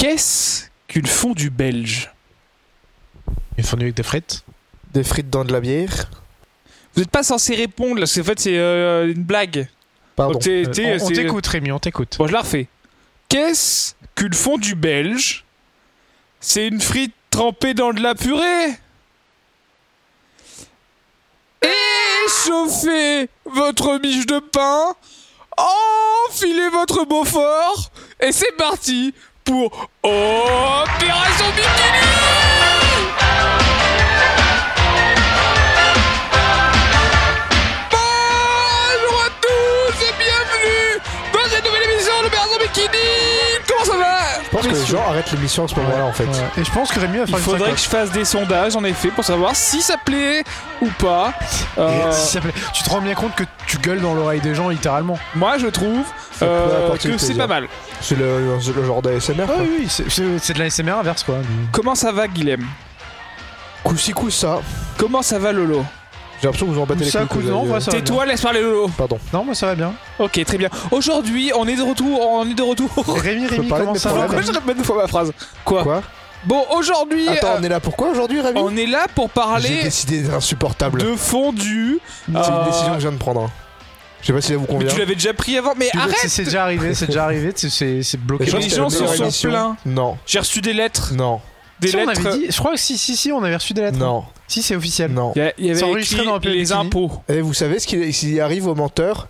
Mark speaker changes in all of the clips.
Speaker 1: Qu'est-ce qu'une fondue belge
Speaker 2: Une fondue avec des frites
Speaker 3: Des frites dans de la bière.
Speaker 1: Vous n'êtes pas censé répondre, là, c'est en fait c'est euh, une blague.
Speaker 3: Pardon.
Speaker 1: Donc, t'es-
Speaker 2: Euh,
Speaker 1: t'es-
Speaker 2: On on
Speaker 1: c'est-
Speaker 2: t'écoute, Rémi, on t'écoute.
Speaker 1: Bon, je la refais. Qu'est-ce qu'une fondue belge C'est une frite trempée dans de la purée Échauffez votre miche de pain, enfilez votre beaufort, et c'est parti pour Opération Bikini Bonjour à tous et bienvenue dans cette nouvelle émission d'Opération Bikini Comment ça va
Speaker 3: Je pense que les gens arrêtent l'émission à ce moment-là en fait.
Speaker 2: Ouais. Et je pense que Rémi va
Speaker 1: Il
Speaker 2: faire une
Speaker 1: faudrait que je fasse des sondages en effet pour savoir si ça plaît ou pas. Euh,
Speaker 2: Et si ça plaît, Tu te rends bien compte que tu gueules dans l'oreille des gens littéralement.
Speaker 1: moi je trouve
Speaker 3: peut
Speaker 1: euh,
Speaker 3: apporter
Speaker 1: que
Speaker 3: du
Speaker 1: c'est
Speaker 3: plaisir.
Speaker 1: pas mal.
Speaker 3: C'est le, le genre d'ASMR.
Speaker 2: Ah
Speaker 3: quoi.
Speaker 2: oui, oui, c'est c'est- c'est de la SMR inverse quoi.
Speaker 1: Comment ça va Guilhem
Speaker 3: Coup ci, coup ça.
Speaker 1: Comment ça va Lolo
Speaker 3: J'ai l'impression que vous en battez les
Speaker 2: ça,
Speaker 3: couilles.
Speaker 2: coup
Speaker 3: que vous
Speaker 2: non,
Speaker 3: avez- euh,
Speaker 2: moi, ça va bien.
Speaker 1: Tais-toi, laisse parler Lolo.
Speaker 3: Pardon.
Speaker 2: Non, moi ça va bien.
Speaker 1: Ok, très bien. Aujourd'hui, on est de retour. On est de retour.
Speaker 2: Rémi,
Speaker 3: peux
Speaker 2: Rémi,
Speaker 3: parler de
Speaker 2: comment
Speaker 3: mes
Speaker 2: ça va
Speaker 3: problèmes
Speaker 1: Pourquoi je répète deux fois ma phrase Quoi
Speaker 3: Quoi
Speaker 1: Bon, aujourd'hui,
Speaker 3: Attends,
Speaker 1: euh,
Speaker 3: on est là pourquoi aujourd'hui, Rémi
Speaker 1: on est là pour
Speaker 3: J'ai
Speaker 1: parler
Speaker 3: décidé d'être insupportable.
Speaker 1: de fondue.
Speaker 3: C'est
Speaker 1: Euh,
Speaker 3: une décision que je viens de prendre. hein. Je sais pas si elle vous
Speaker 1: Mais
Speaker 3: convient.
Speaker 1: tu l'avais déjà pris avant. Mais
Speaker 2: Tu vois,
Speaker 1: arrête
Speaker 2: c'est- C'est déjà arrivé, c'est déjà arrivé, c'est- c'est c'est bloqué.
Speaker 1: Les
Speaker 3: Je pense que
Speaker 1: gens
Speaker 3: c'est la meilleure
Speaker 1: se sont
Speaker 3: émission.
Speaker 1: plaints.
Speaker 3: Non,
Speaker 1: J'ai reçu des lettres.
Speaker 3: non,
Speaker 1: Des
Speaker 2: Si, on
Speaker 1: lettres.
Speaker 2: avait dit- je crois que si, si, si, on avait reçu des lettres.
Speaker 3: non,
Speaker 2: Si, c'est officiel.
Speaker 3: non.
Speaker 1: euh, Il y a- il y
Speaker 2: C'est
Speaker 1: avait
Speaker 2: enregistré
Speaker 1: écrit
Speaker 2: dans Apple
Speaker 1: les
Speaker 2: Bikini.
Speaker 1: impôts.
Speaker 3: Et vous savez ce qu'il s'il arrive au menteur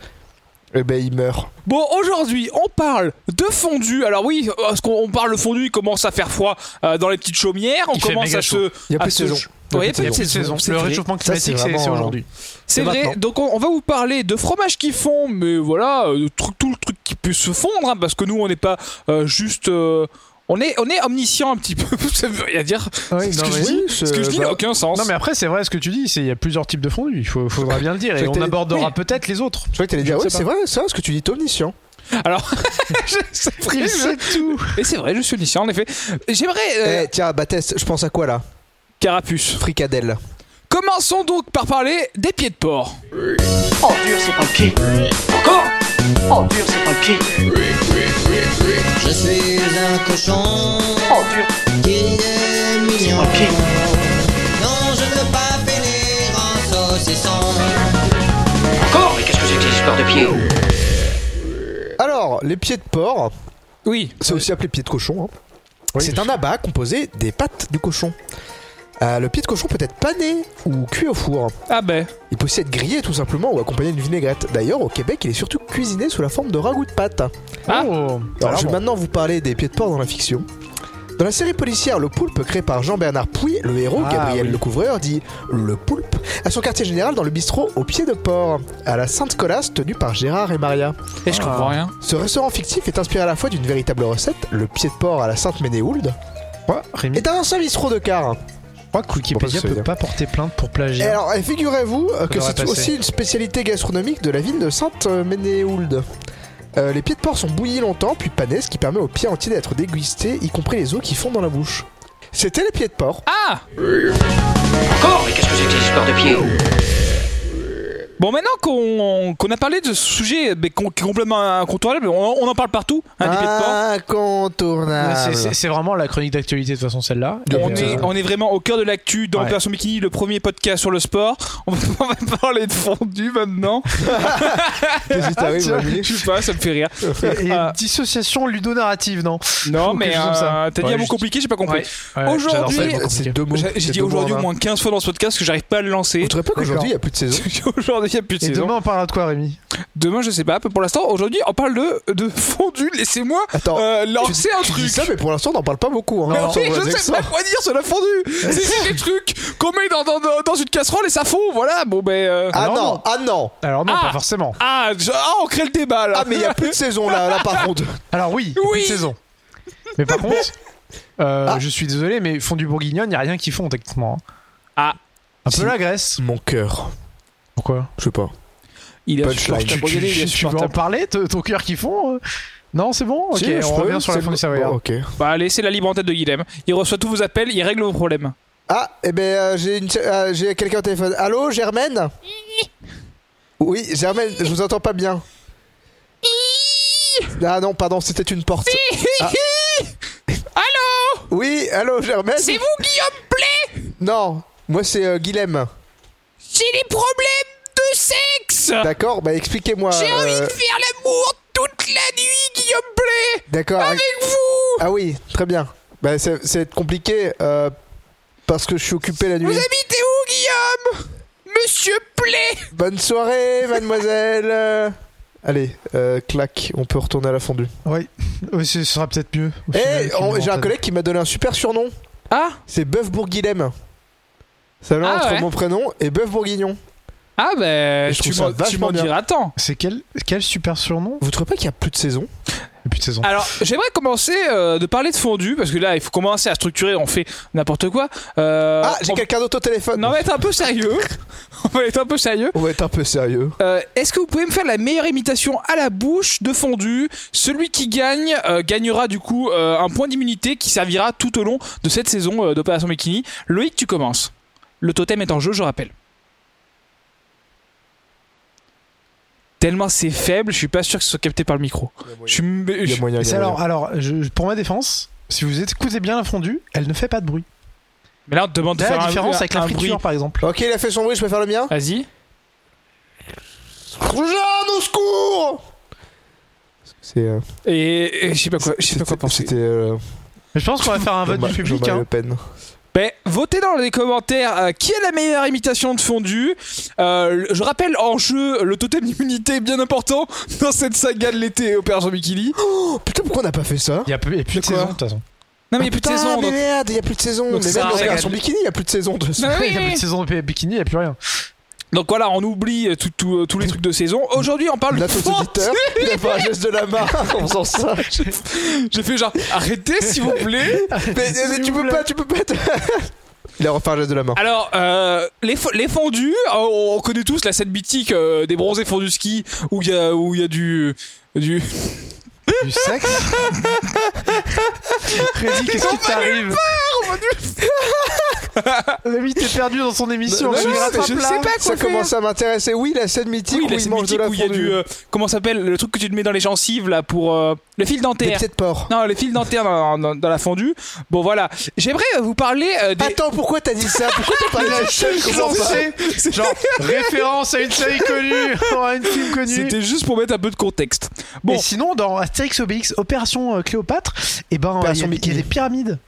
Speaker 3: Eh ben il meurt.
Speaker 1: Bon, aujourd'hui, on parle de fondue. Alors oui, parce qu'on on parle de fondue, il commence à faire froid euh, dans les petites chaumières. On
Speaker 2: Il fait
Speaker 1: commence
Speaker 2: méga
Speaker 1: à se...
Speaker 3: Il y
Speaker 1: à
Speaker 3: a plus de
Speaker 1: se-
Speaker 3: saison.
Speaker 1: Il y a
Speaker 3: C'est
Speaker 1: plus de
Speaker 2: Cette
Speaker 1: saison.
Speaker 2: saison,
Speaker 1: c'est
Speaker 2: le
Speaker 1: vrai.
Speaker 2: réchauffement
Speaker 3: Ça, c'est
Speaker 2: climatique, c'est euh,
Speaker 3: vraiment,
Speaker 2: c'est aujourd'hui.
Speaker 1: C'est
Speaker 3: C'est
Speaker 1: vrai,
Speaker 3: maintenant.
Speaker 1: donc on, on va vous parler de fromage qui fond, mais voilà, euh, de truc- tout le truc qui peut se fondre, hein, parce que nous on n'est pas euh, juste... euh, on, est, on est omniscient un petit peu, ça veut rien dire.
Speaker 2: Oui,
Speaker 1: ce
Speaker 2: non,
Speaker 1: que
Speaker 2: mais-
Speaker 1: je dis.
Speaker 3: c'est-
Speaker 1: Ce que je dis
Speaker 3: bah,
Speaker 1: n'a aucun sens.
Speaker 2: Non, mais après, c'est vrai ce que tu dis, c'est- il y a plusieurs types de fondus, il faut- faudra bien le dire,
Speaker 3: Je
Speaker 2: et on
Speaker 3: t'ai-
Speaker 2: abordera
Speaker 3: oui.
Speaker 2: peut-être les autres.
Speaker 3: Je crois que t'allais
Speaker 2: Je
Speaker 3: dire,
Speaker 2: sais
Speaker 3: ouais,
Speaker 2: pas.
Speaker 3: c'est vrai, ça, ce que tu dis, t'es omniscient.
Speaker 1: Alors, je- c'est vrai,
Speaker 2: Il
Speaker 1: je-
Speaker 2: sait tout
Speaker 1: et c'est vrai, je suis omniscient en effet. J'aimerais... euh,
Speaker 3: Eh, tiens, Baptiste, je pense à quoi là
Speaker 1: Carapuce.
Speaker 3: Fricadelle.
Speaker 1: Commençons donc par parler des pieds de porc.
Speaker 4: Oh dur c'est pas le cul. Encore Oh dur c'est pas le cul.
Speaker 5: Je suis un cochon
Speaker 4: Oh dur
Speaker 5: qui est
Speaker 4: c'est
Speaker 5: mignon.
Speaker 4: pas le cul.
Speaker 5: Non, je ne peux pas finir en saucisson.
Speaker 4: Encore Mais qu'est-ce que c'est que ces histoires de pieds
Speaker 3: Alors, les pieds de porc,
Speaker 1: Oui.
Speaker 3: c'est aussi appelé pieds de cochon. hein.
Speaker 2: Oui,
Speaker 3: c'est
Speaker 2: bien
Speaker 3: un abat composé des pattes du cochon. Euh, le pied de cochon peut être pané ou cuit au four.
Speaker 1: Ah ben.
Speaker 3: Il peut aussi être grillé tout simplement ou accompagné d'une vinaigrette. D'ailleurs, au Québec, il est surtout cuisiné sous la forme de ragoût de pâte.
Speaker 1: Ah.
Speaker 2: Oh,
Speaker 3: Alors, je vais
Speaker 2: vraiment.
Speaker 3: maintenant vous parler des pieds de porc dans la fiction. Dans la série policière Le Poulpe, créée par Jean-Bernard Pouy, le héros,
Speaker 2: Ah,
Speaker 3: Gabriel
Speaker 2: oui.
Speaker 3: le Couvreur, dit Le Poulpe, à son quartier général dans le bistrot au pied de porc, à la Sainte-Colasse, tenue par Gérard et
Speaker 1: Et
Speaker 3: Maria.
Speaker 2: bah, Ah.
Speaker 1: je comprends rien.
Speaker 3: Ce restaurant fictif est inspiré à la fois d'une véritable recette, le pied de porc à la Sainte-Ménéhould,
Speaker 2: Quoi
Speaker 1: Hmm.
Speaker 2: Rémi,
Speaker 3: et d'un seul bistrot de car.
Speaker 2: je crois que Wikipédia
Speaker 3: Bon, ça, c'est
Speaker 2: peut
Speaker 3: bien.
Speaker 2: pas porter plainte pour
Speaker 3: Et
Speaker 2: plagiat.
Speaker 3: alors, et figurez-vous euh, que
Speaker 2: devrait
Speaker 3: c'est
Speaker 2: passer.
Speaker 3: aussi une spécialité gastronomique de la ville de Sainte-Ménéhould. Euh, les pieds de porc sont bouillis longtemps, puis panés, ce qui permet aux pieds entiers d'être dégustés, y compris les os qui fondent dans la bouche. C'était les pieds de porc.
Speaker 1: Ah
Speaker 4: Encore Mais qu'est-ce que c'est que ces histoires de pieds
Speaker 1: Bon, maintenant qu'on qu'on a parlé de ce sujet mais qu'on- qui est complètement incontournable, on, on en parle partout, hein, des pieds de
Speaker 2: Ah.
Speaker 1: porc.
Speaker 2: Ouais, c'est-
Speaker 3: Incontournable.
Speaker 2: c'est- C'est vraiment la chronique d'actualité de toute façon celle-là. Et,
Speaker 1: On
Speaker 2: euh,
Speaker 1: est, on est vraiment au cœur de l'actu dans
Speaker 2: Ouais.
Speaker 1: Opération Bikini, le premier podcast sur le sport. On va, on va parler de fondu maintenant.
Speaker 3: Qu'est-ce qui t'arrive,
Speaker 2: tiens.
Speaker 3: Mamie
Speaker 1: Je sais pas, ça me fait rire.
Speaker 2: et- et
Speaker 1: Ah.
Speaker 2: dissociation ludonarrative, non
Speaker 1: Non,
Speaker 2: Ou
Speaker 1: mais
Speaker 2: quelque chose comme ça.
Speaker 1: euh, t'as dit
Speaker 2: Ouais,
Speaker 1: un mot
Speaker 2: juste-
Speaker 1: compliqué, j'ai pas compris.
Speaker 2: Ouais, ouais,
Speaker 1: Aujourd'hui,
Speaker 2: j'adore ça, les mots
Speaker 3: C'est
Speaker 2: compliqués.
Speaker 3: deux mots.
Speaker 1: J'ai- J'ai
Speaker 3: c'est
Speaker 1: dit
Speaker 3: deux mots en
Speaker 1: aujourd'hui au
Speaker 3: un.
Speaker 1: moins 15 fois dans ce podcast que j'arrive pas à le lancer.
Speaker 3: Vous trouvez pas qu'aujourd'hui il y a plus de saison
Speaker 1: aujourd'hui, il n'y a plus de
Speaker 2: Et
Speaker 1: saison.
Speaker 2: demain on parlera de quoi Rémi
Speaker 1: Demain, je sais pas. Pour l'instant, aujourd'hui, on parle de, de fondu. Laissez-moi
Speaker 3: Attends,
Speaker 1: euh, lancer un
Speaker 3: tu
Speaker 1: truc.
Speaker 3: dis ça, mais pour l'instant on n'en parle pas beaucoup. hein.
Speaker 1: Mais
Speaker 3: On
Speaker 1: oui,
Speaker 3: s'envoie
Speaker 1: je
Speaker 3: des
Speaker 1: sais pas
Speaker 3: sorts.
Speaker 1: quoi dire sur la fondue. C'est des trucs qu'on met dans, dans, dans- dans une casserole et ça fond. Voilà. Bon ben. euh,
Speaker 3: Ah
Speaker 2: Alors,
Speaker 3: non, ah non.
Speaker 2: Alors non,
Speaker 1: Ah
Speaker 2: pas forcément.
Speaker 1: Ah, je- ah, on crée le débat là.
Speaker 3: Ah mais il y a plus de saison là, là par contre.
Speaker 2: Alors oui,
Speaker 1: Oui.
Speaker 2: une saison. Mais par contre, euh,
Speaker 3: Ah.
Speaker 2: je suis désolé, mais fond du bourguignon, il n'y a rien qui fond techniquement. hein.
Speaker 1: Ah.
Speaker 2: Un
Speaker 3: Si.
Speaker 2: peu la Grèce.
Speaker 3: Mon cœur,
Speaker 2: Pourquoi
Speaker 3: je sais pas.
Speaker 1: Il
Speaker 3: Punchline.
Speaker 2: tu,
Speaker 1: insupportable.
Speaker 2: tu-
Speaker 1: Regardez, il est
Speaker 2: tu- tu veux en
Speaker 1: insupportable.
Speaker 2: parler, te- ton cœur qui fond euh Non, c'est bon Ok,
Speaker 3: Si, je
Speaker 2: on
Speaker 3: peux,
Speaker 2: revient sur la
Speaker 3: c'est
Speaker 2: fond
Speaker 3: bon.
Speaker 2: du Savoyard.
Speaker 3: Bon, ok.
Speaker 1: Bah allez, c'est la libre antenne de Guilhem. Il reçoit tous vos appels, il règle vos problèmes.
Speaker 3: Ah, eh ben euh, j'ai une- euh, j'ai quelqu'un au téléphone. Allô, Germaine Oui, Germaine, je vous entends pas bien. Ah non, pardon, c'était une porte. Ah.
Speaker 1: Allô
Speaker 3: Oui, allô Germaine
Speaker 1: C'est vous, Guillaume Play
Speaker 3: Non, moi c'est euh, Guilhem.
Speaker 1: J'ai des problèmes de sexe
Speaker 3: D'accord, bah expliquez-moi.
Speaker 1: J'ai envie
Speaker 3: euh,
Speaker 1: de faire l'amour toute la nuit, Guillaume Play
Speaker 2: Ah
Speaker 3: D'accord.
Speaker 1: Avec vous
Speaker 3: Ah oui, très bien. Bah c'est c'est compliqué euh, parce que je suis occupé la
Speaker 1: Vous
Speaker 3: nuit.
Speaker 1: habitez où, Guillaume Monsieur Play
Speaker 3: Bonne soirée, mademoiselle. Euh, Allez, euh, clac, on peut retourner à la fondue.
Speaker 2: Ouais, Ouais, ce sera peut-être mieux. au
Speaker 3: Eh,
Speaker 2: final,
Speaker 3: on-
Speaker 2: finalement,
Speaker 3: j'ai un
Speaker 2: t'as-
Speaker 3: collègue qui m'a donné un super surnom.
Speaker 1: Ah
Speaker 3: C'est Bœuf Bourguilhem. Ça vient
Speaker 1: Ah
Speaker 3: entre
Speaker 1: ouais.
Speaker 3: mon prénom et Bœuf Bourguignon.
Speaker 1: Ah ben,
Speaker 3: Et je
Speaker 1: tu
Speaker 3: trouve ça
Speaker 1: m'en tu
Speaker 3: vachement
Speaker 1: m'en
Speaker 3: bien.
Speaker 1: diras tant
Speaker 2: C'est quel, quel super surnom
Speaker 3: Vous trouvez pas qu'il y a plus de saison
Speaker 2: depuis de saison
Speaker 1: Alors, j'aimerais commencer euh, de parler de fondu, parce que là, il faut commencer à structurer, on fait n'importe quoi. Euh,
Speaker 3: Ah, j'ai
Speaker 1: on-
Speaker 3: quelqu'un d'autre au téléphone.
Speaker 1: Non, on va être un peu sérieux. on va être un peu sérieux.
Speaker 3: On va être un peu sérieux.
Speaker 1: Euh, Est-ce que vous pouvez me faire la meilleure imitation à la bouche de fondu Celui qui gagne euh, gagnera du coup euh, un point d'immunité qui servira tout au long de cette saison euh, d'Opération Bikini. Loïc, tu commences. Le totem est en jeu, je rappelle. Tellement c'est faible, je suis pas sûr que ce soit capté par le micro. Je suis m-
Speaker 3: Il y a
Speaker 1: je-
Speaker 3: moyen, il y
Speaker 2: Ah, C'est
Speaker 3: a moyen.
Speaker 2: alors, alors je- pour ma défense, si vous écoutez bien la fondue, elle ne fait pas de bruit.
Speaker 1: Mais là, on te demande de
Speaker 2: Là,
Speaker 1: faire
Speaker 2: la
Speaker 1: un-
Speaker 2: différence
Speaker 1: un-
Speaker 2: avec la
Speaker 1: un bruit.
Speaker 2: friture, par exemple.
Speaker 3: Ok, il a fait son bruit, je peux faire le mien
Speaker 1: Vas-y.
Speaker 3: Jeanne, au secours C'est. euh,
Speaker 1: Et, et je sais pas quoi, je sais pas quoi penser.
Speaker 3: c'était- C'était. euh,
Speaker 2: Mais je pense qu'on va faire un vote
Speaker 3: Jean-Ma-
Speaker 2: du public.
Speaker 3: Jean-Marie
Speaker 2: hein.
Speaker 3: Le Pen.
Speaker 1: Ben, votez dans les commentaires euh, qui est la meilleure imitation de fondu. Euh, je rappelle en jeu le totem d'immunité est bien important dans cette saga de l'été Opération Bikini.
Speaker 3: Oh, putain, pourquoi on n'a pas fait ça
Speaker 2: Il y a plus, il y a plus de
Speaker 1: De quoi
Speaker 2: saison, de toute façon.
Speaker 1: Non mais
Speaker 3: Ah,
Speaker 1: il y a plus de
Speaker 3: putain,
Speaker 1: saison.
Speaker 3: mais
Speaker 1: donc-
Speaker 3: merde, il y a plus de saison.
Speaker 1: Donc
Speaker 3: mais
Speaker 1: ça
Speaker 3: même
Speaker 1: sert à
Speaker 3: regarde
Speaker 1: rien.
Speaker 3: son bikini, il y a plus de saison. de toute façon.
Speaker 1: Non, mais
Speaker 2: Il y a
Speaker 1: Ah oui,
Speaker 2: plus de
Speaker 1: oui.
Speaker 2: saison de bikini, il n'y a plus rien.
Speaker 1: Donc voilà, on oublie euh, tout- tout, euh, tous les trucs de saison. Aujourd'hui, on parle de
Speaker 3: Notre
Speaker 1: fondu.
Speaker 3: auditeur, il a fait un geste de la main en faisant ça.
Speaker 1: J'ai fait genre arrêtez s'il vous plaît.
Speaker 3: Mais, mais tu peux pas, tu peux pas. te- Il a refait un geste de la main.
Speaker 1: Alors euh, les, fo- les fondus, euh, on on connaît tous la scène mythique euh, des bronzés fondus ski où il y a où il y a du du
Speaker 2: Du sexe Freddy, qu'est-ce qui t'arrive L'ami t'es perdu dans son émission,
Speaker 3: Non,
Speaker 2: tu
Speaker 3: non,
Speaker 2: le
Speaker 3: mais
Speaker 2: rattrapes
Speaker 1: Bah, je
Speaker 2: là.
Speaker 1: sais pas quoi
Speaker 3: Ça
Speaker 1: faire.
Speaker 3: commence à m'intéresser. Oui, la scène mythique
Speaker 1: Oui,
Speaker 3: où
Speaker 1: la
Speaker 3: il
Speaker 1: scène
Speaker 3: mange de
Speaker 1: mythique
Speaker 3: la
Speaker 1: où il y a
Speaker 3: fondue.
Speaker 1: du. euh, comment ça s'appelle Le truc que tu te mets dans les gencives, là, pour. euh, le fil
Speaker 3: Des
Speaker 1: dentaire.
Speaker 3: pieds de porc.
Speaker 1: Non, le fil dentaire dans, dans- dans la fondue. Bon, voilà. J'aimerais euh, vous parler euh, des.
Speaker 3: Attends, pourquoi t'as dit ça Pourquoi t'as parlé de la chaîne
Speaker 2: Je
Speaker 3: comme ça
Speaker 2: sais, genre référence à une série connue, à une film connu.
Speaker 1: C'était juste pour mettre un peu de contexte. Bon,
Speaker 2: Et sinon, dans Astérix Obélix, Opération euh, Cléopâtre, et ben, il y,
Speaker 3: Opération
Speaker 2: a- il y a
Speaker 3: Bikini.
Speaker 2: des pyramides.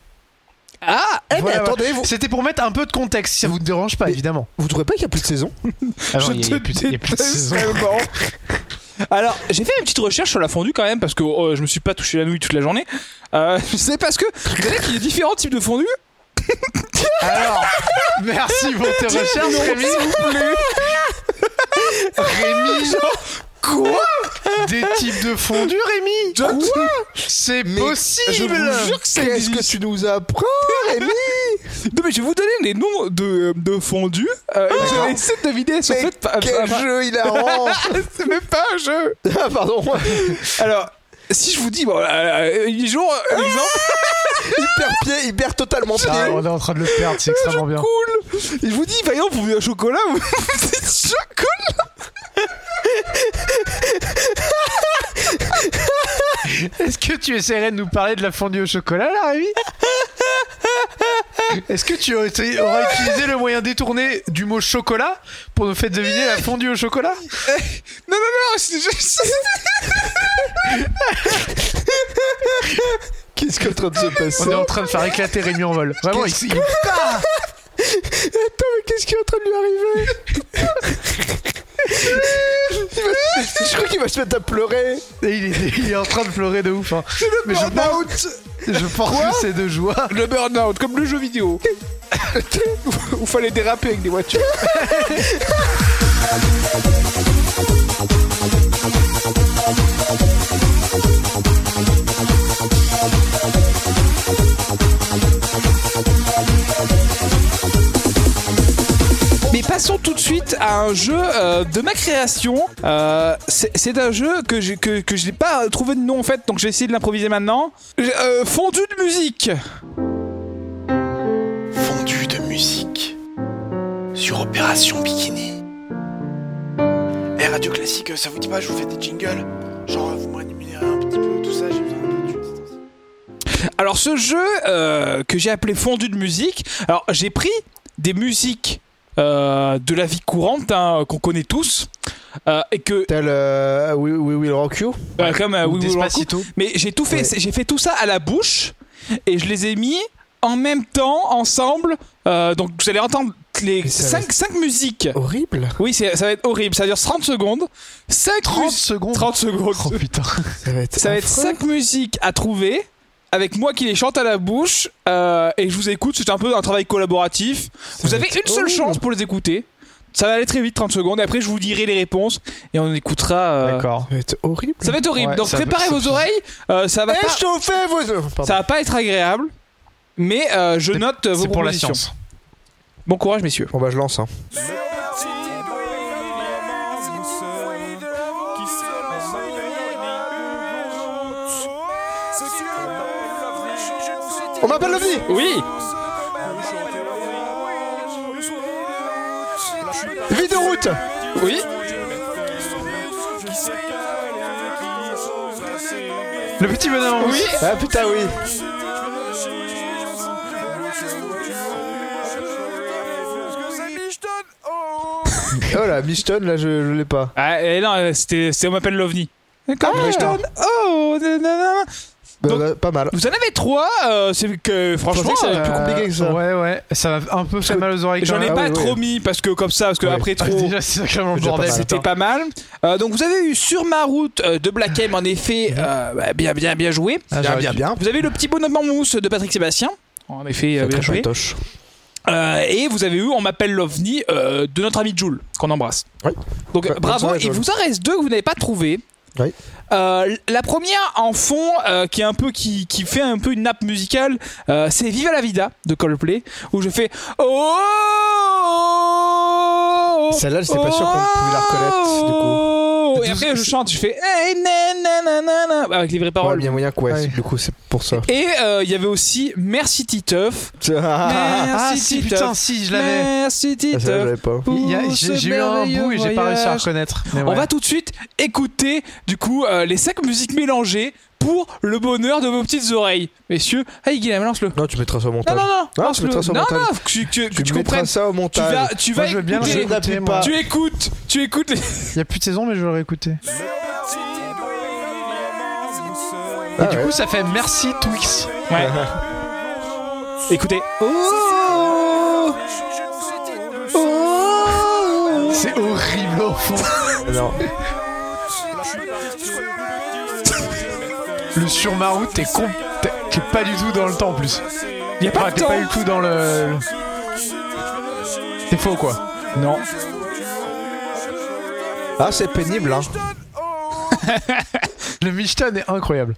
Speaker 1: ah
Speaker 3: Eh, mais
Speaker 2: Voilà,
Speaker 3: attendez, vous,
Speaker 2: C'était pour mettre un peu de contexte, si ça vous dérange pas,
Speaker 3: Mais-
Speaker 2: évidemment.
Speaker 3: vous trouvez pas qu'il y a plus de saison
Speaker 2: Alors,
Speaker 1: Je
Speaker 2: il y a- il y a plus de-
Speaker 1: te
Speaker 2: il y a plus de
Speaker 1: déteste
Speaker 2: saison.
Speaker 1: tellement. Alors, j'ai fait une petite recherche sur la fondue quand même, parce que euh, je me suis pas touché la nouille toute la journée. Euh, c'est parce que vous savez qu'il y a différents types de fondue.
Speaker 2: Alors, merci pour tes recherches, Rémi. Rémi,
Speaker 1: Quoi
Speaker 2: des types de fondue, Rémi C'est
Speaker 3: Mais Je
Speaker 2: possible
Speaker 3: vous jure que
Speaker 1: ça
Speaker 3: Qu'est-ce que
Speaker 1: existe.
Speaker 3: tu nous apprends, Rémi
Speaker 1: Non, mais je vais vous donner les noms de, de fondues. Euh, et vous allez essayer de deviner sur
Speaker 3: Ah. Mais
Speaker 1: fait. pas-
Speaker 3: Quel
Speaker 1: pas- pas-
Speaker 3: jeu il a
Speaker 1: Ah, C'est même pas un jeu.
Speaker 3: Ah, pardon,
Speaker 1: Alors, si je vous dis, bon, euh, euh, les jours, euh, exemple,
Speaker 3: il perd pied, il perd totalement pied.
Speaker 2: Ah, on est en train de le perdre, c'est extrêmement bien.
Speaker 1: cool. Et je vous dis, par exemple, vous voulez un chocolat, vous vous dites chocolat.
Speaker 2: Est-ce que tu essaierais de nous parler de la fondue au chocolat, là, Rémi Est-ce que tu aurais essayé- aurais utilisé le moyen détourné du mot chocolat pour nous faire deviner la fondue au chocolat
Speaker 1: Non, non, non, c'est juste.
Speaker 3: Qu'est-ce qui est en train de se passer
Speaker 2: On est en train de faire éclater Rémi en vol. Vraiment, il, il-
Speaker 3: Attends, mais qu'est-ce qui est en train de lui arriver Il va se- Je crois qu'il va se mettre à pleurer.
Speaker 2: Et il est, il est en train de pleurer de ouf. hein. Mais je pense,
Speaker 3: Burn-out
Speaker 2: je pense que c'est de joie.
Speaker 1: Le burn-out, comme le jeu vidéo. Où- Où fallait déraper avec des voitures. Mais passons tout de suite à un jeu euh, de ma création. Euh, c'est c'est un jeu que j'ai- que, que je n'ai pas trouvé de nom en fait, donc j'ai essayé de l'improviser maintenant. J'ai- euh, fondu de musique.
Speaker 6: Fondu de musique sur Opération Bikini. Eh, Radio Classique, ça vous dit pas, je vous fais des jingles Genre, vous me rémunérez un petit peu, tout ça, j'ai besoin d'un peu de thunes, c'est ainsi.
Speaker 1: Alors ce jeu euh, que j'ai appelé fondu de musique, alors j'ai pris des musiques euh, de la vie courante hein, qu'on connaît tous euh, et que
Speaker 3: Tel euh, We, We Will Rock You.
Speaker 1: euh, comme euh,
Speaker 2: Ou
Speaker 1: We Will Rock You.
Speaker 2: Despacito.
Speaker 1: mais j'ai tout fait,
Speaker 3: Ouais.
Speaker 1: c'est- j'ai fait tout ça à la bouche et je les ai mis en même temps ensemble. Euh, donc vous allez entendre les
Speaker 3: Mais ça va Oh.
Speaker 1: 5 musiques.
Speaker 3: Horrible.
Speaker 1: Oui, c'est- ça va être horrible. Ça dure 30 secondes. 5
Speaker 2: 30 secondes.
Speaker 1: 30 secondes.
Speaker 2: Oh putain.
Speaker 3: Ça va être.
Speaker 1: Ça va être
Speaker 3: affreux.
Speaker 1: 5 musiques à trouver, avec moi qui les chante à la bouche, euh, et je vous écoute, c'est un peu un travail collaboratif. vous
Speaker 3: va
Speaker 1: avez
Speaker 3: être
Speaker 1: une seule
Speaker 3: horrible.
Speaker 1: chance pour les écouter. Ça va aller très vite, 30 secondes, et après je vous dirai les réponses, et on écoutera... euh,
Speaker 2: D'accord.
Speaker 3: Ça va être horrible.
Speaker 1: Ça va être horrible,
Speaker 2: Ouais,
Speaker 1: donc
Speaker 2: ça
Speaker 1: préparez
Speaker 2: peut-
Speaker 1: vos
Speaker 2: ça-
Speaker 1: oreilles, euh, ça,
Speaker 2: Eh,
Speaker 1: va pas,
Speaker 3: Échauffez vos. Pardon.
Speaker 1: ça va pas être agréable, mais euh, je
Speaker 2: C'est-
Speaker 1: note euh, vos
Speaker 2: C'est pour la
Speaker 1: propositions.
Speaker 2: science.
Speaker 1: Bon courage messieurs.
Speaker 3: Bon bah je lance. Hein. On m'appelle l'OVNI
Speaker 1: Oui
Speaker 3: Vie de route
Speaker 1: Oui
Speaker 2: Le petit bonhomme. Oui.
Speaker 3: Ah putain oui Oh là, Michton, là je, je l'ai pas.
Speaker 1: Ah, et non, c'était, c'est- on m'appelle l'OVNI. D'accord,
Speaker 3: Ah.
Speaker 1: je donne... Oh, nanana.
Speaker 3: Bah,
Speaker 1: Donc-
Speaker 3: bah, pas mal.
Speaker 1: Vous en avez trois, euh, c'est que franchement,
Speaker 3: pensais que ça allait
Speaker 1: euh,
Speaker 3: être plus compliqué que ça.
Speaker 2: Ouais, ouais. Ça va un peu faire
Speaker 3: que-
Speaker 2: mal aux oreilles.
Speaker 1: j'en ai
Speaker 3: Ah
Speaker 1: pas
Speaker 3: ouais,
Speaker 1: trop
Speaker 3: ouais.
Speaker 1: mis parce que comme ça, parce que
Speaker 3: Ouais.
Speaker 1: après trop.
Speaker 2: Ah, Déjà, c'est sacrément le
Speaker 3: Déjà pas
Speaker 2: bordel. Ah,
Speaker 3: mal.
Speaker 1: C'était pas mal. Euh, donc vous avez eu sur ma route euh, de Black M en effet, euh, bah, bien bien bien joué.
Speaker 2: Ah, j'aurais
Speaker 3: bien,
Speaker 2: dû-
Speaker 3: bien.
Speaker 1: Vous avez eu le petit bonhomme en mousse de Patrick Sébastien. En effet, euh, bien
Speaker 3: Sacré
Speaker 1: joué.
Speaker 3: patoche.
Speaker 1: Euh, et vous avez eu On m'appelle l'OVNI euh, de notre ami Jules, qu'on embrasse.
Speaker 3: Oui.
Speaker 1: Donc
Speaker 3: Ouais, bonne
Speaker 1: bravo,
Speaker 3: soirée,
Speaker 1: il
Speaker 3: Jules.
Speaker 1: vous en reste deux que vous n'avez pas trouvé.
Speaker 3: Oui.
Speaker 1: Euh, la première en fond euh, qui est un peu qui, qui fait un peu une nappe musicale, euh, c'est Viva la Vida de Coldplay où je fais oh
Speaker 3: Celle-là, j'étais pas sûr qu'on pouvait la reconnaître, du coup.
Speaker 1: Et après je chante, je fais Hey, na, na, na, na, na avec les vraies
Speaker 3: Ouais,
Speaker 1: paroles.
Speaker 3: bien moyen quoi,
Speaker 2: Ouais.
Speaker 3: du coup c'est pour ça.
Speaker 1: et euh, il y avait aussi Merci Titeuf.
Speaker 2: Ah,
Speaker 1: Merci
Speaker 2: si, putain,
Speaker 1: Titeuf.
Speaker 2: si, je l'avais. Euh,
Speaker 1: Merci
Speaker 3: Ah, celle-là,
Speaker 1: Titeuf.
Speaker 3: je l'avais pas.
Speaker 2: Il y a-
Speaker 1: pour
Speaker 2: J'ai
Speaker 1: ce
Speaker 2: j'ai eu un
Speaker 1: merveilleux
Speaker 2: bout et j'ai pas réussi à
Speaker 1: voyage.
Speaker 2: reconnaître. Mais
Speaker 1: On
Speaker 2: ouais.
Speaker 1: va tout de suite écouter du coup euh, les cinq musiques mélangées pour le bonheur de vos petites oreilles. Messieurs, hey Guillaume, lance-le.
Speaker 3: Non, tu mettras ça au
Speaker 1: Non,
Speaker 3: montage.
Speaker 1: non, non,
Speaker 3: Ah,
Speaker 1: lance-le.
Speaker 3: tu mettras ça au
Speaker 1: Non,
Speaker 3: montage.
Speaker 1: non, que tu, que- que
Speaker 3: tu,
Speaker 1: tu
Speaker 3: mettras
Speaker 1: comprennes.
Speaker 3: ça au
Speaker 1: Tu
Speaker 3: montage.
Speaker 1: vas, tu vas
Speaker 2: Moi, je veux bien le
Speaker 3: Je
Speaker 1: écouter.
Speaker 3: n'appuie
Speaker 2: réécouter.
Speaker 3: pas.
Speaker 2: moi.
Speaker 1: Tu écoutes, tu écoutes les...
Speaker 2: Il y a plus de saison, mais je vais le réécouter.
Speaker 3: Ah,
Speaker 2: Du
Speaker 3: ouais.
Speaker 2: coup, ça fait merci Twix.
Speaker 1: Ouais. Écoutez.
Speaker 2: C'est horrible au fond.
Speaker 3: Non.
Speaker 2: Le sur ma route, t'es con. T'es t'es pas du tout dans le temps en plus.
Speaker 1: Il y a pas
Speaker 2: Enfin,
Speaker 1: de
Speaker 2: t'es pas du
Speaker 1: temps.
Speaker 2: tout dans le. T'es faux quoi.
Speaker 1: Non.
Speaker 3: Ah, c'est pénible hein.
Speaker 2: Le Michton est incroyable.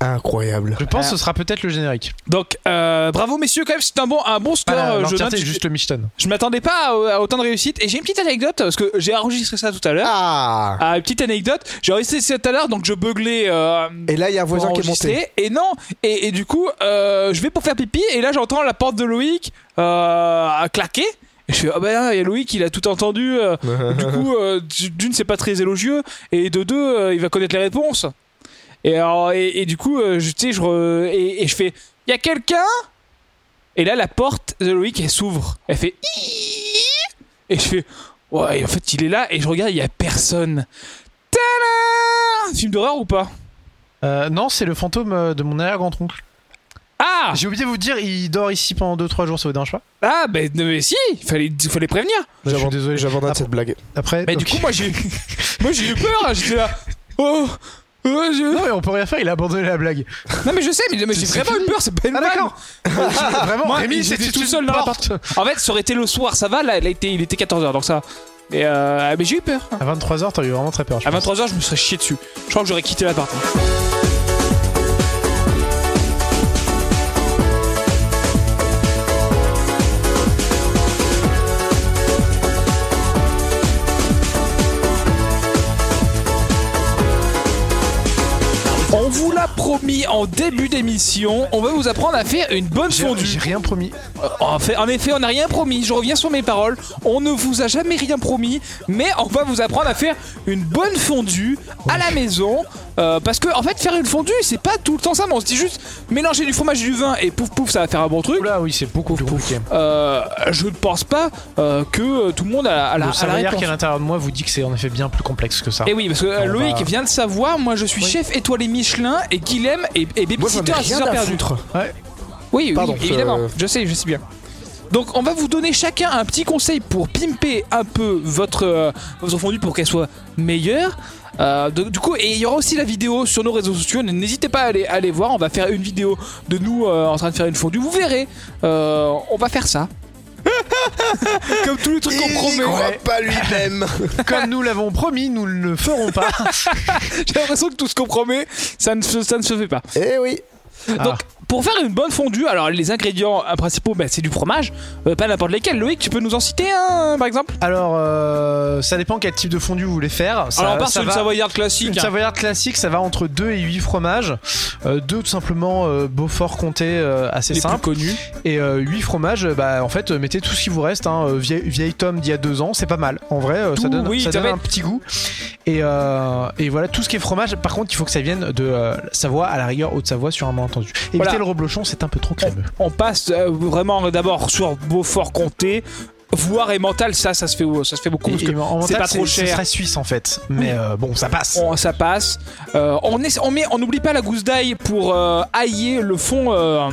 Speaker 3: Incroyable.
Speaker 2: Je pense
Speaker 1: Ah.
Speaker 2: que ce sera peut-être le générique.
Speaker 1: Donc, euh, bravo messieurs, quand même, c'est un bon, un bon score.
Speaker 2: Pas la-
Speaker 1: euh, je
Speaker 2: l'entièreté,
Speaker 1: note.
Speaker 2: juste le Michton.
Speaker 1: Je m'attendais pas à, à autant de réussite. Et j'ai une petite anecdote, parce que j'ai enregistré ça tout à l'heure.
Speaker 3: Ah
Speaker 1: Ah, une petite anecdote, j'ai enregistré ça tout à l'heure, donc je beuglais. Euh,
Speaker 3: Et là, il y a un
Speaker 1: pour
Speaker 3: voisin qui est
Speaker 1: enregistrer.
Speaker 3: monté.
Speaker 1: Et non, et, et du coup, euh, je vais pour faire pipi, et là j'entends la porte de Loïc euh, claquer. Et je fais, ah ben, il y a Loïc, il a tout entendu. euh, du coup, euh, d- d'une, c'est pas très élogieux, et de deux, euh, il va connaître les réponses. Et, alors, et, et du coup, euh, je, tu sais, je re- et, et je fais, il y a quelqu'un Et là, la porte de Loïc, elle s'ouvre. Elle fait, Iiii et je fais, ouais, et en fait, il est là, et je regarde, il y a personne. Tadam Film d'horreur ou pas
Speaker 2: Euh, non, c'est le fantôme euh, de mon arrière-grand-oncle.
Speaker 1: Ah
Speaker 2: J'ai oublié de vous dire, il dort ici pendant 2-3 jours, ça vous dérange pas
Speaker 1: Ah, ben non, mais si, il fallait, fallait prévenir.
Speaker 2: Je suis
Speaker 3: J'abandonne-
Speaker 2: désolé.
Speaker 3: J'abandonne
Speaker 2: Après-
Speaker 3: cette blague.
Speaker 2: Après.
Speaker 1: Mais
Speaker 2: ok.
Speaker 1: du coup, moi j'ai eu, moi, j'ai eu peur, hein, j'étais là. Oh, oh, je-
Speaker 2: Non, mais on peut rien faire, il a abandonné la blague.
Speaker 1: Non, mais je sais, mais, mais j'ai
Speaker 2: C'est-
Speaker 1: vraiment
Speaker 2: c'est
Speaker 1: eu peur, c'est pas une
Speaker 2: Ah,
Speaker 1: vanne.
Speaker 2: d'accord. Vraiment,
Speaker 1: Moi,
Speaker 2: Rémi,
Speaker 1: il
Speaker 2: c'est
Speaker 1: était
Speaker 2: tout seul dans l'appart.
Speaker 1: En fait, ça aurait été le soir, ça va, là, il était, il était 14h, donc ça. Mais, euh, mais j'ai eu peur. hein.
Speaker 2: À 23h, t'as eu vraiment très peur. je
Speaker 1: À
Speaker 2: pense.
Speaker 1: 23h, je me serais chié dessus. Je crois que j'aurais quitté l'appart. hein. On vous l'a promis promis en début d'émission, on va vous apprendre à faire une bonne
Speaker 2: J'ai
Speaker 1: fondue.
Speaker 2: j'ai rien promis.
Speaker 1: Euh, En, fait- en effet, on n'a rien promis. Je reviens sur mes paroles. On ne vous a jamais rien promis, mais on va vous apprendre à faire une bonne fondue à la maison. Euh, parce que, en fait, faire une fondue, c'est pas tout le temps ça. Mais on se dit juste mélanger du fromage et du vin et pouf pouf, ça va faire un bon truc.
Speaker 2: Oula, oui, c'est beaucoup plus compliqué.
Speaker 1: Euh, je ne pense pas euh, que euh, tout le monde a, a la,
Speaker 2: Le
Speaker 1: a la
Speaker 2: Savoyard
Speaker 1: réponse.
Speaker 2: qui est à l'intérieur de moi vous dit que c'est en effet bien plus complexe que ça.
Speaker 1: Et oui, parce que euh,
Speaker 2: On
Speaker 1: Loïc
Speaker 2: va-
Speaker 1: vient de savoir, moi je suis chef étoilé Michelin et Guilhem est, est
Speaker 3: Moi, j'en ai
Speaker 1: babysitter à 6
Speaker 3: rien
Speaker 1: heures
Speaker 3: à
Speaker 1: perdues.
Speaker 3: foutre.
Speaker 1: Oui, oui,
Speaker 3: Pardon,
Speaker 1: évidemment,
Speaker 3: euh,
Speaker 1: je sais, je sais bien. Donc on va vous donner chacun un petit conseil pour pimper un peu votre, euh, votre fondue pour qu'elle soit meilleure. Euh, donc, du coup, et il y aura aussi la vidéo sur nos réseaux sociaux. N'hésitez pas à aller, à aller voir. On va faire une vidéo de nous euh, en train de faire une fondue. Vous verrez, Euh, on va faire ça. Comme tous les trucs qu'on
Speaker 3: Il n'y
Speaker 1: promet.
Speaker 3: croit pas lui-même.
Speaker 2: Comme nous l'avons promis, nous ne le ferons pas.
Speaker 1: J'ai l'impression que tout ce qu'on promet, ça ne, se- ça ne se fait pas.
Speaker 3: Eh oui.
Speaker 1: Donc, pour faire une bonne fondue, alors les ingrédients euh, principaux, bah, c'est du fromage, euh, pas n'importe lesquels. Loïc, tu peux nous en citer un, par exemple
Speaker 2: Alors, euh, ça dépend quel type de fondu vous voulez faire. Ça,
Speaker 1: Alors, on part
Speaker 2: ça
Speaker 1: sur une
Speaker 2: va-
Speaker 1: savoyarde classique.
Speaker 2: Une
Speaker 1: hein.
Speaker 2: savoyarde classique, ça va entre 2 et 8 fromages. 2 tout simplement euh, Beaufort comté euh, assez
Speaker 1: les plus
Speaker 2: simple.
Speaker 1: connus.
Speaker 2: Et 8 fromages, euh, bah en fait, euh, mettez tout ce qui vous reste. Hein, euh, vieille, vieille tome d'il y a 2 ans, c'est pas mal. En vrai, euh, ça
Speaker 1: Tout,
Speaker 2: donne,
Speaker 1: oui,
Speaker 2: ça
Speaker 1: ça
Speaker 2: donne
Speaker 1: va
Speaker 2: un petit goût. Et, euh, et voilà, tout ce qui est fromage, par contre, il faut que ça vienne de euh, Savoie, à la rigueur Haute-Savoie, sur un malentendu. Évitez
Speaker 1: Voilà.
Speaker 2: le reblochon, c'est un peu trop crémeux.
Speaker 1: On passe euh, vraiment d'abord sur Beaufort-Comté, voire et mental, ça, ça se fait, euh, ça se fait beaucoup.
Speaker 2: Et-
Speaker 1: parce que
Speaker 2: et en
Speaker 1: c'est
Speaker 2: mental,
Speaker 1: pas trop cher.
Speaker 2: Ce serait suisse en fait, mais euh, bon, ça passe.
Speaker 1: on- ça passe. Euh, on est, on met, on n'oublie pas la gousse d'ail pour euh, ailler le fond euh,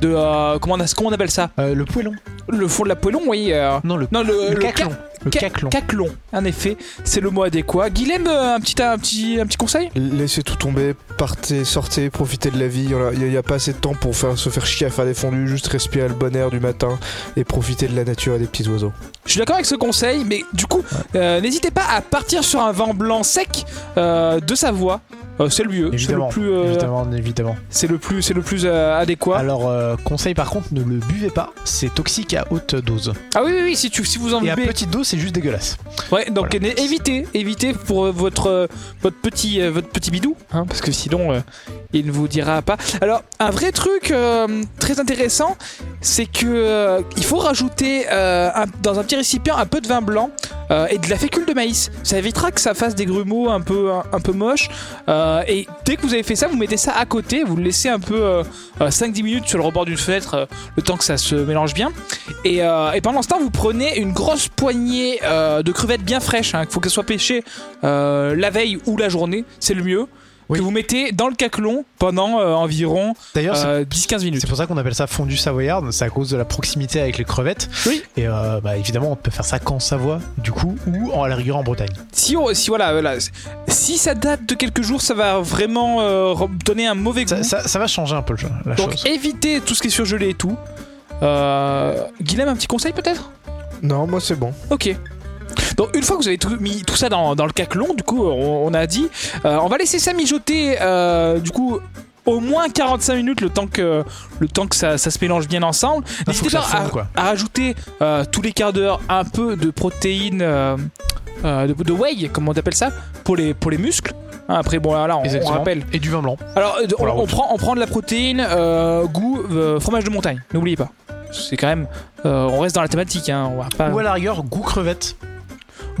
Speaker 1: de euh, comment on, a- comment on appelle ça
Speaker 2: Euh, le poêlon
Speaker 1: Le fond de la poêlon, oui. euh,
Speaker 2: Non, le,
Speaker 1: non, le,
Speaker 2: le
Speaker 1: le
Speaker 2: caclon. Le
Speaker 1: ca-
Speaker 2: caclon.
Speaker 1: Caclon, en effet, c'est le mot adéquat. Guilhem, euh, un petit, un petit, un petit conseil
Speaker 3: Laissez tout tomber, partez, sortez, profitez de la vie. Il n'y a, pas assez de temps pour faire, se faire chier à faire des fondus. Juste respirer le bon air du matin et profiter de la nature et des petits oiseaux.
Speaker 1: Je suis d'accord avec ce conseil, mais du coup, euh, n'hésitez pas à partir sur un vin blanc sec euh, de Savoie. Euh, c'est le mieux, c'est le
Speaker 2: Évidemment,
Speaker 1: plus, euh,
Speaker 2: évidemment, évidemment.
Speaker 1: c'est le plus, c'est le plus euh, adéquat.
Speaker 2: Alors, euh, conseil par contre, ne le buvez pas, c'est toxique à haute dose.
Speaker 1: Ah oui, oui, oui, si tu, si vous en buvez.
Speaker 2: Et à petite dose, c'est juste dégueulasse.
Speaker 1: Ouais, donc
Speaker 2: Voilà.
Speaker 1: né- évitez, évitez pour euh, votre, euh, votre, petit, euh, votre petit bidou, hein, parce que sinon euh, il ne vous dira pas. Alors, un vrai truc euh, très intéressant, c'est que euh, il faut rajouter euh, un- dans un petit récipient un peu de vin blanc euh, et de la fécule de maïs. Ça évitera que ça fasse des grumeaux un peu, un, un peu moches. Euh, et dès que vous avez fait ça, vous mettez ça à côté, vous le laissez un peu euh, euh, 5-10 minutes sur le rebord d'une fenêtre, euh, le temps que ça se mélange bien. Et, euh, et pendant ce temps, vous prenez une grosse poignée euh, de crevettes bien fraîches. Il faut qu'elles soient pêchées euh, la veille ou la journée, c'est le mieux.
Speaker 2: Oui.
Speaker 1: Que vous mettez dans le caclon pendant euh, environ
Speaker 2: D'ailleurs, c'est-
Speaker 1: euh, 10-15 minutes.
Speaker 2: c'est pour ça qu'on appelle ça fondue savoyarde, c'est à cause de la proximité avec les crevettes.
Speaker 1: Oui.
Speaker 2: Et euh, bah, évidemment, on peut faire ça qu'en Savoie, du coup, ou en, à la rigueur en Bretagne.
Speaker 1: Si, on- si, voilà, voilà. si ça date de quelques jours, ça va vraiment euh, re- donner un mauvais goût.
Speaker 2: Ça, ça- ça va changer un peu le jeu, la
Speaker 1: Donc
Speaker 2: chose.
Speaker 1: évitez tout ce qui est surgelé et tout. Euh, Guilhem, un petit conseil peut-être
Speaker 3: Non, moi c'est bon.
Speaker 1: Ok. Donc une fois que vous avez tout, mis tout ça dans, dans le caclon, du coup, on, on a dit, euh, on va laisser ça mijoter, euh, du coup, au moins 45 minutes, le temps que, le temps que ça, ça se mélange bien ensemble.
Speaker 2: Il Ah, faut
Speaker 1: N'hésitez
Speaker 2: que ça
Speaker 1: pas à,
Speaker 2: fonde, quoi.
Speaker 1: à rajouter euh, tous les quarts d'heure un peu de protéines euh, euh, de, de whey, comme on appelle ça, pour les, pour les muscles. Hein, après, bon, là, là, on- on,
Speaker 2: Exactement.
Speaker 1: rappelle.
Speaker 2: Et du vin blanc.
Speaker 1: Alors, euh, on,
Speaker 2: la
Speaker 1: on
Speaker 2: route.
Speaker 1: prend, on prend de la protéine, euh, goût, euh, fromage de montagne, n'oubliez pas. C'est quand même. euh, on reste dans la thématique, hein, on va pas.
Speaker 2: Ou à la rigueur, goût crevette.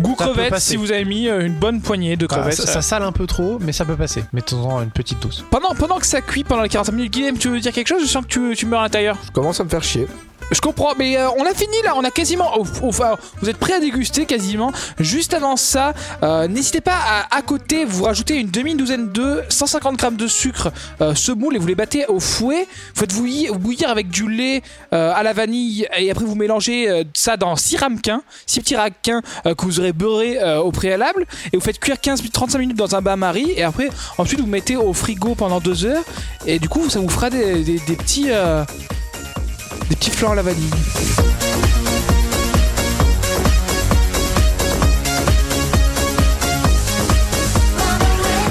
Speaker 1: Goût
Speaker 2: Ça peut
Speaker 1: crevettes,
Speaker 2: passer.
Speaker 1: si vous avez mis euh, une bonne poignée de
Speaker 2: Ah,
Speaker 1: crevettes.
Speaker 2: ça, ça sale un peu trop, mais ça peut passer. Mettons-en une petite dose.
Speaker 1: Pendant, pendant que ça cuit, pendant les 45 minutes, Guillaume, tu veux dire quelque chose Je sens que tu, tu meurs à l'intérieur.
Speaker 3: Je commence à me faire chier.
Speaker 1: Je comprends, mais euh, on a fini là, on a quasiment. au- au- enfin, vous êtes prêts à déguster quasiment. Juste avant ça, euh, n'hésitez pas à, à côté, vous rajoutez une demi-douzaine d'œufs, 150 grammes de sucre, euh, semoule et vous les battez au fouet. Faites bouillir, bouillir avec du lait euh, à la vanille et après vous mélangez euh, ça dans 6 ramequins, 6 petits ramequins euh, que vous aurez beurré euh, au préalable et vous faites cuire 15-35 minutes dans un bain-marie et après, ensuite vous mettez au frigo pendant 2 heures et du coup, ça vous fera des, des- des petits. euh, des petits fleurs à la vanille.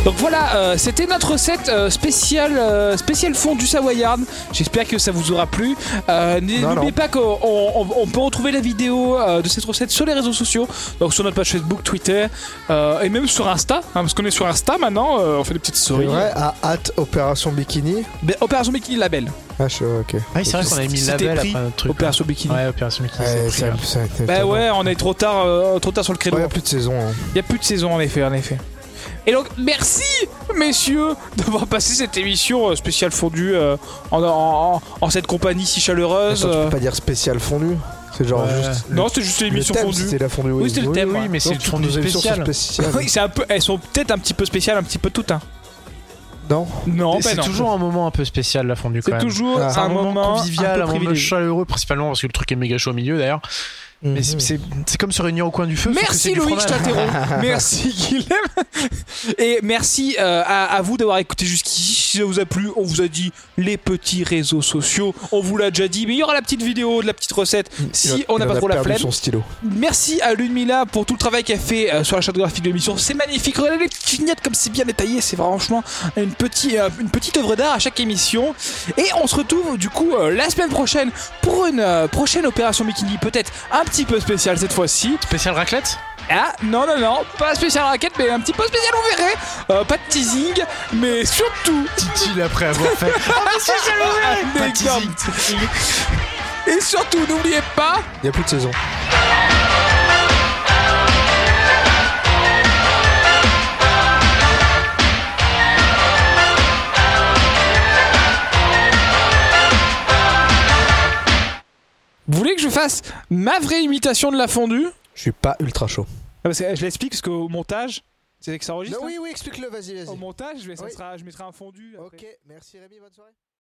Speaker 1: Donc voilà, euh, c'était notre recette euh, spéciale, euh, spéciale fond du Savoyard. J'espère que ça vous aura plu. Euh, n-
Speaker 3: Non,
Speaker 1: N'oubliez
Speaker 3: non.
Speaker 1: pas qu'on on- on peut retrouver la vidéo euh, de cette recette sur les réseaux sociaux, donc sur notre page Facebook, Twitter euh, et même sur Insta, hein, parce qu'on est sur Insta maintenant, euh, on fait des petites
Speaker 3: C'est
Speaker 1: stories.
Speaker 3: vrai, à hâte Opération Bikini.
Speaker 1: Ben, Opération Bikini Label.
Speaker 3: Ah, je suis ok.
Speaker 2: Ah oui, c'est vrai qu'on avait mis le
Speaker 1: C'était
Speaker 2: label
Speaker 1: pris.
Speaker 2: après notre truc.
Speaker 1: Opération Bikini.
Speaker 2: hein. Ouais, opération Mickey, c'est
Speaker 3: Ouais,
Speaker 2: pris, hein.
Speaker 3: ça-
Speaker 2: là.
Speaker 3: ça-
Speaker 1: Bah
Speaker 3: ça-
Speaker 1: ouais, on est trop tard, euh, trop tard sur le créneau.
Speaker 3: Ouais, y a
Speaker 1: Il
Speaker 3: plus de saison. hein.
Speaker 1: n'y a plus de saison en effet, en effet. Et donc merci messieurs d'avoir passé cette émission euh, spéciale fondue euh, en, en- en cette compagnie si chaleureuse.
Speaker 3: Attends, tu
Speaker 1: euh.
Speaker 3: peux pas dire spécial fondu C'est genre
Speaker 2: Ouais.
Speaker 3: juste.
Speaker 1: non, c'était juste l'émission
Speaker 3: le thème,
Speaker 1: fondue.
Speaker 3: C'était la fondue.
Speaker 1: Oui, c'était le thème.
Speaker 2: Oui, mais c'est
Speaker 3: Donc,
Speaker 2: le
Speaker 3: toutes
Speaker 2: fond du
Speaker 3: nos émissions sont
Speaker 2: spécial.
Speaker 3: spéciales.
Speaker 1: Oui, c'est un peu, elles sont peut-être un petit peu spéciales, un petit peu tout un.
Speaker 3: Non
Speaker 1: Non,
Speaker 2: c'est
Speaker 1: ben non.
Speaker 2: toujours un moment un peu spécial la fondue quand
Speaker 1: C'est
Speaker 2: même.
Speaker 1: toujours
Speaker 3: Ah.
Speaker 2: C'est
Speaker 1: un moment
Speaker 2: convivial,
Speaker 1: un
Speaker 2: un
Speaker 1: peu
Speaker 2: moment
Speaker 1: privilégié.
Speaker 2: chaleureux principalement parce que le truc est méga chaud au milieu d'ailleurs. Mais
Speaker 3: Mhm.
Speaker 2: c'est- c'est c'est comme se réunir au coin du feu. sauf que c'est
Speaker 1: Merci
Speaker 2: du
Speaker 1: Loïc, je
Speaker 2: fromage.
Speaker 1: t'interromps. merci Guillaume. Et merci euh, à, à vous d'avoir écouté jusqu'ici. Si ça vous a plu, on vous a dit les petits réseaux sociaux. On vous l'a déjà dit, mais il y aura la petite vidéo de la petite recette si
Speaker 3: Il a-
Speaker 1: on n'a
Speaker 3: il
Speaker 1: pas
Speaker 3: en a
Speaker 1: trop la
Speaker 3: perdu
Speaker 1: flemme.
Speaker 3: son stylo.
Speaker 1: Merci à Ludmilla pour tout le travail qu'elle fait euh, sur la charte graphique de l'émission. C'est magnifique. Regardez les petites vignettes comme c'est bien détaillé. C'est franchement une, petite euh, une petite œuvre d'art à chaque émission. Et on se retrouve du coup euh, la semaine prochaine pour une euh, prochaine opération bikini, peut-être un petit peu spéciale cette fois-ci.
Speaker 2: Spécial raclette
Speaker 1: Ah non non non, pas spécial raquette, mais un petit peu spécial, on verrait. Euh, pas de teasing, mais surtout
Speaker 3: Oh,
Speaker 2: Titi après avoir fait.
Speaker 1: un
Speaker 2: Pas de
Speaker 1: énorme
Speaker 2: teasing.
Speaker 1: teasing. Et surtout, n'oubliez pas.
Speaker 3: Il n'y a plus de saison.
Speaker 1: Vous voulez que je fasse ma vraie imitation de la fondue
Speaker 3: Je suis pas ultra chaud.
Speaker 1: Ah, parce que je l'explique parce qu'au montage, c'est que ça enregistre. hein
Speaker 3: oui, explique-le, vas-y,
Speaker 1: Au montage, je, vais- ça
Speaker 3: Oui.
Speaker 1: sera- je mettrai un fondu. Après.
Speaker 3: Ok, merci Rémi, bonne soirée.